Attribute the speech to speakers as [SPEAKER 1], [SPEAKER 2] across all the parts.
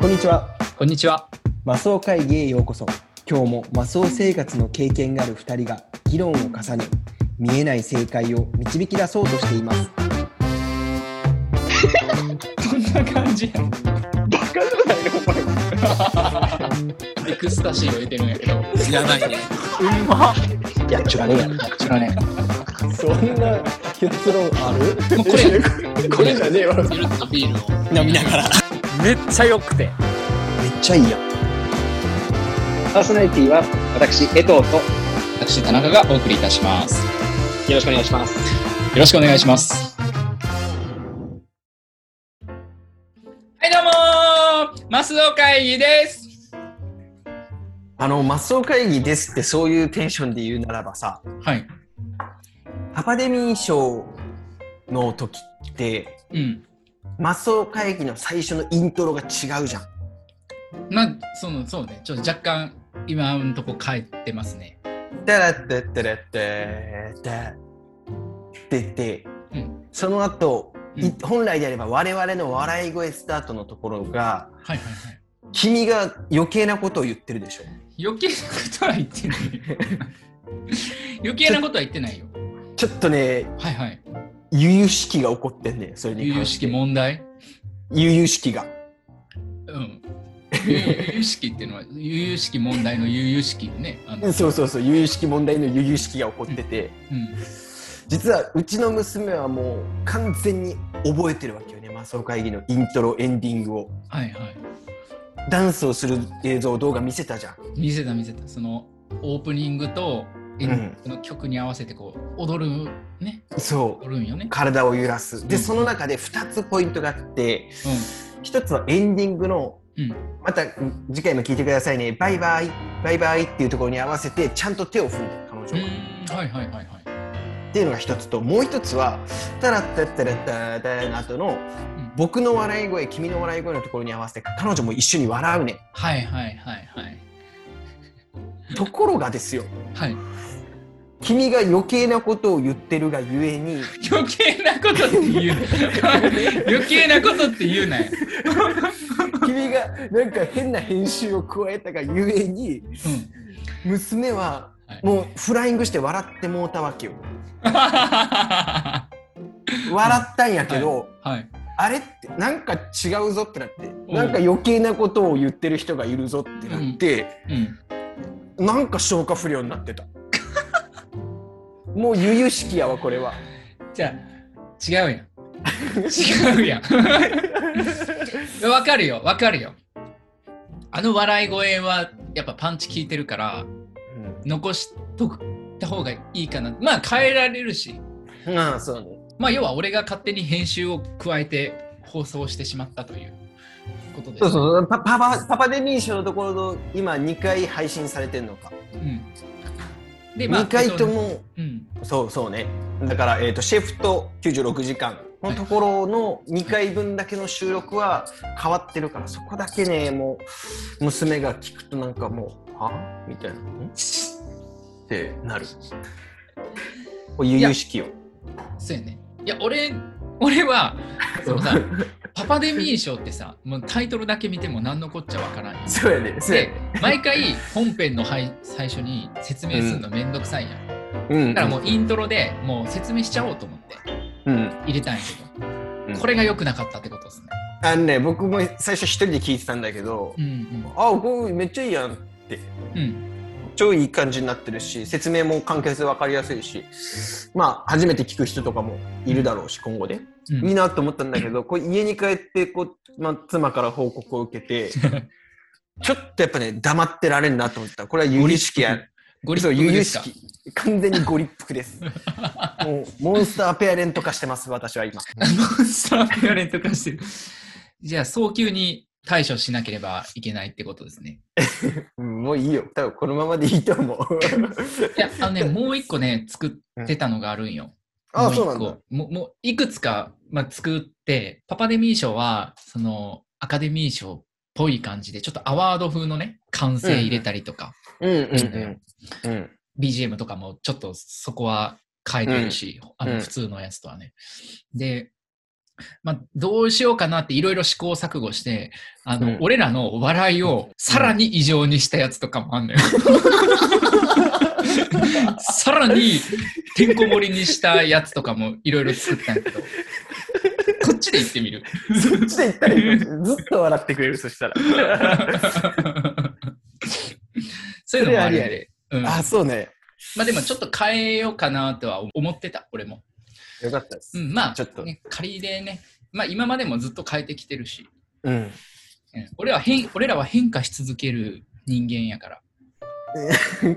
[SPEAKER 1] こんにちは。
[SPEAKER 2] こんにちは。
[SPEAKER 1] マスオ会議へようこそ。今日もマスオ生活の経験がある2人が議論を重ね、見えない正解を導き出そうとしています。
[SPEAKER 2] こんな感じや。
[SPEAKER 3] バカじゃないのお前
[SPEAKER 2] エクスタシーを入れてるんやけど。
[SPEAKER 4] やばいね。
[SPEAKER 1] やっちゅらねや。
[SPEAKER 2] 知らね
[SPEAKER 1] そんな結論ある
[SPEAKER 2] え。もうこれ、
[SPEAKER 3] これじゃねえわ
[SPEAKER 2] ゆるっとビールを。
[SPEAKER 4] 飲みながら。めっちゃ良くて。
[SPEAKER 1] めっちゃいいやん。
[SPEAKER 3] パーソナリティは私江藤とよ
[SPEAKER 2] 私、田中がお送りいたします。よ
[SPEAKER 3] ろしくお願いします
[SPEAKER 2] ろしくお願いします。はい、どうもーマスオ会議です。
[SPEAKER 1] あの、マスオ会議ですってそういうテンションで言うならばさ、
[SPEAKER 2] はい。
[SPEAKER 1] アカデミー賞の時って、
[SPEAKER 2] うん。
[SPEAKER 1] マスオ会議の最初のイントロが違うじゃん。
[SPEAKER 2] まあ、その、そうね。ちょっと若干、今のとこ帰ってますね。
[SPEAKER 1] タラッタッタラッタッタッって言って、
[SPEAKER 2] うん
[SPEAKER 1] その後、い
[SPEAKER 2] うん
[SPEAKER 1] 本来であれば我々の笑い声スタートのところが
[SPEAKER 2] はいはいはい。
[SPEAKER 1] 君が余計なことを言ってるでしょ
[SPEAKER 2] 余計なことは言ってない。余計なことは言ってないよ。
[SPEAKER 1] ちょっとね
[SPEAKER 2] はいはい。
[SPEAKER 1] 悠々しきが起こってんねそれに
[SPEAKER 2] 悠々
[SPEAKER 1] 関
[SPEAKER 2] し
[SPEAKER 1] し
[SPEAKER 2] き
[SPEAKER 1] て
[SPEAKER 2] 問題
[SPEAKER 1] 悠々しきが
[SPEAKER 2] うん。悠々しきっていうのは、悠々しき問題の悠々しきね。あの
[SPEAKER 1] そうそうそう悠々しき問題の悠々しきが起こってて
[SPEAKER 2] うん、
[SPEAKER 1] 実はうちの娘はもう完全に覚えてるわけよねマスオ会議のイントロエンディングを
[SPEAKER 2] はいはい。
[SPEAKER 1] ダンスをする映像動画見せたじゃん
[SPEAKER 2] 見せた見せた。そのオープニングとエンディングの曲に合わせてこう踊るね、
[SPEAKER 1] そう
[SPEAKER 2] 踊るんよね。
[SPEAKER 1] 体を揺らすで
[SPEAKER 2] うん
[SPEAKER 1] その中で2つポイントがあって1つはエンディングの
[SPEAKER 2] うん。うん。
[SPEAKER 1] また次回も聞いてくださいねバイバイバイバイっていうところに合わせてちゃんと手を振るんだよ彼
[SPEAKER 2] う
[SPEAKER 1] 女が。
[SPEAKER 2] ーんはいはいはいはい。
[SPEAKER 1] っていうのが1つともう1つは「タラッタッタラッタッタの後の僕の笑い声君の笑い声のところに合わせて彼女も一緒に笑うね
[SPEAKER 2] はいはいはいはい。
[SPEAKER 1] ところがですよ
[SPEAKER 2] はい。
[SPEAKER 1] 君が余計なことを言ってるがゆえ に
[SPEAKER 2] 余計なことって言う。余計なことって言うなよ。
[SPEAKER 1] 君がなんか変な編集を加えたがゆえに
[SPEAKER 2] うん。
[SPEAKER 1] 娘は
[SPEAKER 2] はい
[SPEAKER 1] もうフライングして笑ってもうたわけよ。
[SPEAKER 2] は
[SPEAKER 1] 笑ったんやけど、
[SPEAKER 2] い。
[SPEAKER 1] あれってなんか違うぞってなって、
[SPEAKER 2] ん
[SPEAKER 1] なんか余計なことを言ってる人がいるぞってなって、
[SPEAKER 2] うん。
[SPEAKER 1] なんか消化不良になってたもう由々しきやわこれは
[SPEAKER 2] じゃあ、違うやん。違うやん。 わかるよ、わかるよ。あの笑い声はやっぱパンチ効いてるから残しとった方がいいかな。まあ変えられるし、
[SPEAKER 1] うん、ああそうね
[SPEAKER 2] まあ要は俺が勝手に編集を加えて放送してしまったということです。
[SPEAKER 1] そうそうパパパパパデミー賞のところの今2回配信されてんのか、
[SPEAKER 2] うんで、
[SPEAKER 1] 二2回と。も
[SPEAKER 2] うん、
[SPEAKER 1] そうそうねだから、えー、とシェフと96時間のところの2回分だけの収録は変わってるからそこだけねもう娘が聞くとなんかもう「はみたいな「ん?」ってなる。こういう々しきよ。
[SPEAKER 2] そうやね。いや、俺、俺は、そのさ、パパデミー賞ってさ、もうタイトルだけ見ても何のこっちゃわからんよ。
[SPEAKER 1] そうやね。そうや
[SPEAKER 2] で
[SPEAKER 1] ね。、
[SPEAKER 2] 毎回本編のはい最初に説明するのめんどくさいやん。
[SPEAKER 1] うん。
[SPEAKER 2] だからもうイントロでもう説明しちゃおうと思って
[SPEAKER 1] うん。
[SPEAKER 2] 入れたんやけ
[SPEAKER 1] うん
[SPEAKER 2] ど、これが良くなかったってことですね。
[SPEAKER 1] あのね、僕も最初一人で聞いてたんだけど、
[SPEAKER 2] うん
[SPEAKER 1] あこうめっちゃいいやんって。
[SPEAKER 2] うん。うん。
[SPEAKER 1] 超いい感じになってるし、説明も簡潔で分かりやすいし、まあ、初めて聞く人とかもいるだろうし、今後で。
[SPEAKER 2] うん
[SPEAKER 1] いいなと思ったんだけど、こう家に帰ってこう、まあ、妻から報告を受け て、ちょっとやっぱね、黙ってられんなと思った。これは有意識や。
[SPEAKER 2] ゴリ
[SPEAKER 1] そう、
[SPEAKER 2] ッ
[SPEAKER 1] 有
[SPEAKER 2] プで
[SPEAKER 1] 意
[SPEAKER 2] すか
[SPEAKER 1] 識。完全にご立腹です。もう、モンスターペアレント化してます、私は今。
[SPEAKER 2] モンスターペアレント化してる。じゃあ、早急に対処しなければいけないってことですね。
[SPEAKER 1] うん、もういいよ。多分このままでいいと思 う。
[SPEAKER 2] いや、あのね、もう一個ね、作ってたのがあるんよ。
[SPEAKER 1] あ
[SPEAKER 2] も
[SPEAKER 1] あ、
[SPEAKER 2] 一
[SPEAKER 1] そう
[SPEAKER 2] 個
[SPEAKER 1] なんだ。
[SPEAKER 2] もうもういくつか、まあ、作って、パパデミー賞は、その、アカデミー賞っぽい感じで、ちょっとアワード風のね、完成入れたりとか、
[SPEAKER 1] うんうんうん。うん。
[SPEAKER 2] BGM とかもちょっとそこは変えてるし、あ
[SPEAKER 1] うん
[SPEAKER 2] の普通のやつとはね。で、まあ、どうしようかなっていろいろ試行錯誤して、あの、
[SPEAKER 1] うん
[SPEAKER 2] 俺らの笑いをさらに異常にしたやつとかもあん のよ。さらにてんこ盛りにしたやつとかもいろいろ作ったんやけど、こっちで言ってみる。
[SPEAKER 1] そっちで行ったらいいのずっと笑ってくれる、そしたら。
[SPEAKER 2] そういうのもあり
[SPEAKER 1] そ
[SPEAKER 2] や
[SPEAKER 1] れありや
[SPEAKER 2] で。うん、ま
[SPEAKER 1] あ、そうね。
[SPEAKER 2] あでもちょっと変えようかなとは思ってた、俺も。
[SPEAKER 1] よかったです
[SPEAKER 2] う。ん、まあ、
[SPEAKER 1] ちょっと
[SPEAKER 2] ね、仮でね、まあ今までもずっと変えてきてるし、
[SPEAKER 1] うん。
[SPEAKER 2] うん俺は変俺らは変化し続ける人間やから、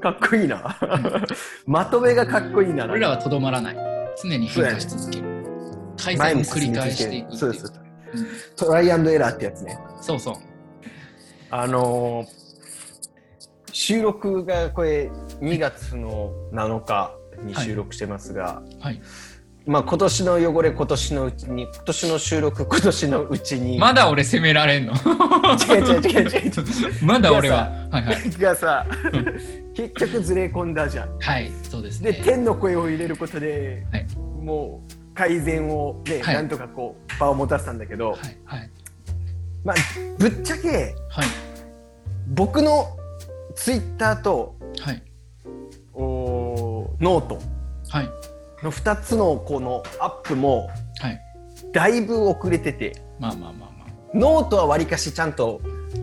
[SPEAKER 1] かっこいいな。 まとめがかっこいいな。
[SPEAKER 2] 俺らはとどまらない。常に変化し続ける。改
[SPEAKER 1] 前
[SPEAKER 2] 善を
[SPEAKER 1] に
[SPEAKER 2] 繰
[SPEAKER 1] 進み続
[SPEAKER 2] り返
[SPEAKER 1] け
[SPEAKER 2] してい
[SPEAKER 1] る
[SPEAKER 2] くって
[SPEAKER 1] そう
[SPEAKER 2] い
[SPEAKER 1] で
[SPEAKER 2] う
[SPEAKER 1] す。
[SPEAKER 2] うん
[SPEAKER 1] トライアンドエラーってやつね。
[SPEAKER 2] そうそう。
[SPEAKER 1] あのー収録がこれ2月の7日に収録してますが、
[SPEAKER 2] はい。
[SPEAKER 1] まあ今年の汚れ今年のうちに今年の収録今年のうちに
[SPEAKER 2] まだ俺責められんの
[SPEAKER 1] 違う違う違う違う
[SPEAKER 2] まだ俺は。はいはい。
[SPEAKER 1] がさ 結局ずれ込んだじゃん。
[SPEAKER 2] はい、そうです
[SPEAKER 1] で
[SPEAKER 2] ね。
[SPEAKER 1] 天の声を入れることで、
[SPEAKER 2] はい
[SPEAKER 1] もう改善をね、
[SPEAKER 2] はい
[SPEAKER 1] なんとかこう場を持たせたんだけど、
[SPEAKER 2] はいはい。
[SPEAKER 1] まあぶっちゃけ
[SPEAKER 2] はい。
[SPEAKER 1] 僕のツイッターと
[SPEAKER 2] はい。
[SPEAKER 1] おーノート
[SPEAKER 2] はい。
[SPEAKER 1] の2つのこのアップも
[SPEAKER 2] はい。
[SPEAKER 1] だいぶ遅れてて
[SPEAKER 2] まあまあまあまあ。
[SPEAKER 1] ノートはわりかしちゃんと、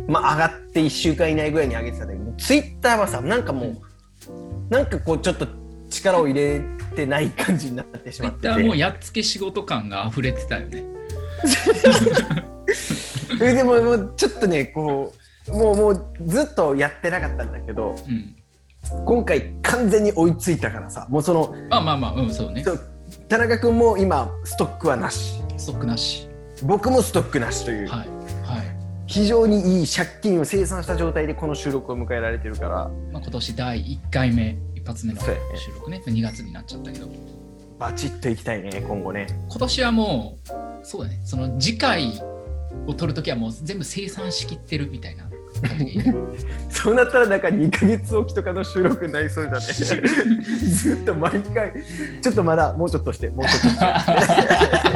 [SPEAKER 1] まあ、上がって1週間以内ぐらいに上げてたんだけどツイッターはさなんかもう、
[SPEAKER 2] うん
[SPEAKER 1] なんかこうちょっと力を入れてない感じになってしまって
[SPEAKER 2] Twitter もうやっつけ仕事感が溢れてたよね。
[SPEAKER 1] それでももうちょっとねこうもうもうずっとやってなかったんだけど
[SPEAKER 2] うん。
[SPEAKER 1] 今回完全に追いついたからさもうその
[SPEAKER 2] まあまあまあ、うん、そうね。
[SPEAKER 1] そう田中君も今ストックはなし
[SPEAKER 2] ストックなし。
[SPEAKER 1] 僕もストックなしという、
[SPEAKER 2] はい。はい。
[SPEAKER 1] 非常にいい借金を清算した状態でこの収録を迎えられてるから
[SPEAKER 2] まあ、今年第1回目、一発目の
[SPEAKER 1] そうやね
[SPEAKER 2] 収録ね。2月になっちゃったけど。
[SPEAKER 1] バチッといきたいね今後ね
[SPEAKER 2] 今年はもう、そうだね。その次回を取るときはもう全部生産しきってるみた いな感じでいいね。
[SPEAKER 1] そうなったらなんか2ヶ月おきとかの収録になり そうだねずっと毎回ちょっとまだもうちょっとしてもうちょっとして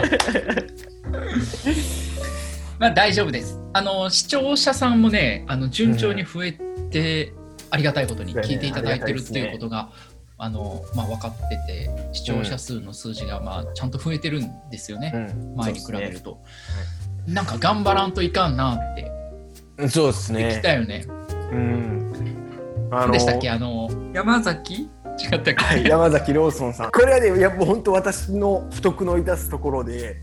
[SPEAKER 2] まあ大丈夫です。あの視聴者さんもね、あの順調に増えて、ありがたいことに
[SPEAKER 1] そうだね
[SPEAKER 2] 聞いていただいてるって
[SPEAKER 1] ありがたいですね
[SPEAKER 2] いうことが、あのまあ分かってて、視聴者数の数字がまあちゃんと増えてるんですよね。
[SPEAKER 1] ん
[SPEAKER 2] 前に比べると、なんか頑張らんといかんなって
[SPEAKER 1] そうです
[SPEAKER 2] でき
[SPEAKER 1] ね
[SPEAKER 2] たよね。
[SPEAKER 1] うんあ
[SPEAKER 2] 何
[SPEAKER 1] の
[SPEAKER 2] でしたっけあの山崎違ったっけ？
[SPEAKER 1] はい、
[SPEAKER 2] はい。
[SPEAKER 1] 山崎ローソンさんこれはねいやもう本当私の不徳の致すところで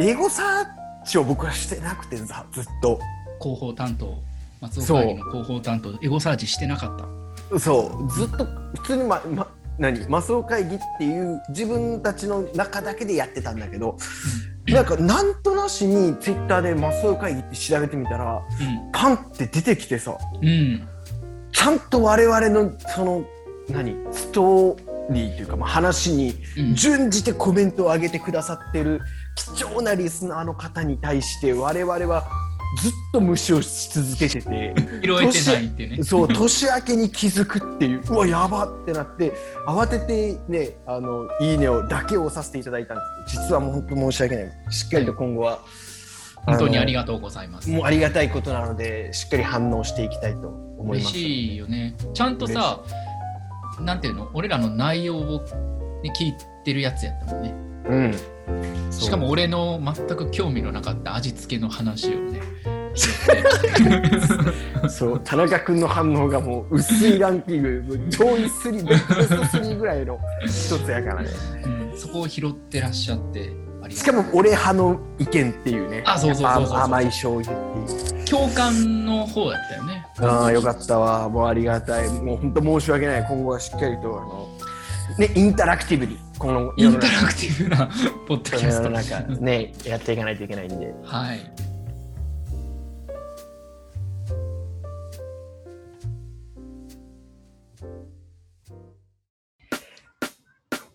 [SPEAKER 1] エゴサーチを僕はしてなくてさずっと
[SPEAKER 2] 広報担当松岡会議の広報担当エゴサーチしてなかった。
[SPEAKER 1] そうずっと普通にま、ま、何マスオ会議っていう自分たちの中だけでやってたんだけどなんかなんとなしにツイッターでマスオ会議って調べてみたらパンって出てきてさ
[SPEAKER 2] うんうん
[SPEAKER 1] ちゃんと我々のその何ストーリーというか、まあ、話に
[SPEAKER 2] うん。
[SPEAKER 1] 順次でコメントを上げてくださってる貴重なリスナーの方に対して我々はずっと無視をし続けてて
[SPEAKER 2] 拾えてないっていうね。
[SPEAKER 1] そう年明けに気づくっていううわやばってなって慌ててね「あのいいね」をだけをさせていただいたんですけど実はもう本当申し訳ないしっかりと今後は、
[SPEAKER 2] 本当にありがとうございます。
[SPEAKER 1] もうありがたいことなのでしっかり反応していきたいと思い
[SPEAKER 2] 嬉
[SPEAKER 1] ます。
[SPEAKER 2] しいよね。ちゃんとさ、なんていうの、俺らの内容を、ね、聞いてるやつやったもんね。
[SPEAKER 1] うん
[SPEAKER 2] しかも俺の全く興味のなかった味付けの話をね。
[SPEAKER 1] そう田中君の反応がもう薄いランキングもう上位3ベスト3ぐらいの一つやからね
[SPEAKER 2] うんそこを拾ってらっしゃって、あり
[SPEAKER 1] しか
[SPEAKER 2] がとう。
[SPEAKER 1] も俺派の意見っていうね
[SPEAKER 2] あそうそうそうそう
[SPEAKER 1] あ甘い醤油っていう
[SPEAKER 2] 共感の方やったよね。
[SPEAKER 1] ああよかったわもうありがたいもう本当申し訳ない今後はしっかりとあのねインタラクティブにこの
[SPEAKER 2] イ
[SPEAKER 1] 世
[SPEAKER 2] ン
[SPEAKER 1] の
[SPEAKER 2] タ
[SPEAKER 1] 中
[SPEAKER 2] ラクティブな ポッドキャス
[SPEAKER 1] 世
[SPEAKER 2] ト
[SPEAKER 1] の。中ねやっていかないといけないんで
[SPEAKER 2] はい。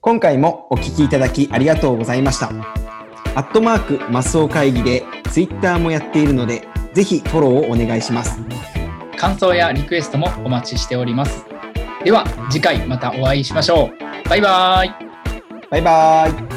[SPEAKER 1] 今回もお聞きいただきありがとうございました。アットマークマスオ会議でツイッターもやっているので、ぜひフォローをお願いします。
[SPEAKER 2] 感想やリクエストもお待ちしております。では、次回またお会いしましょう。バイバイ。
[SPEAKER 1] バイバイ。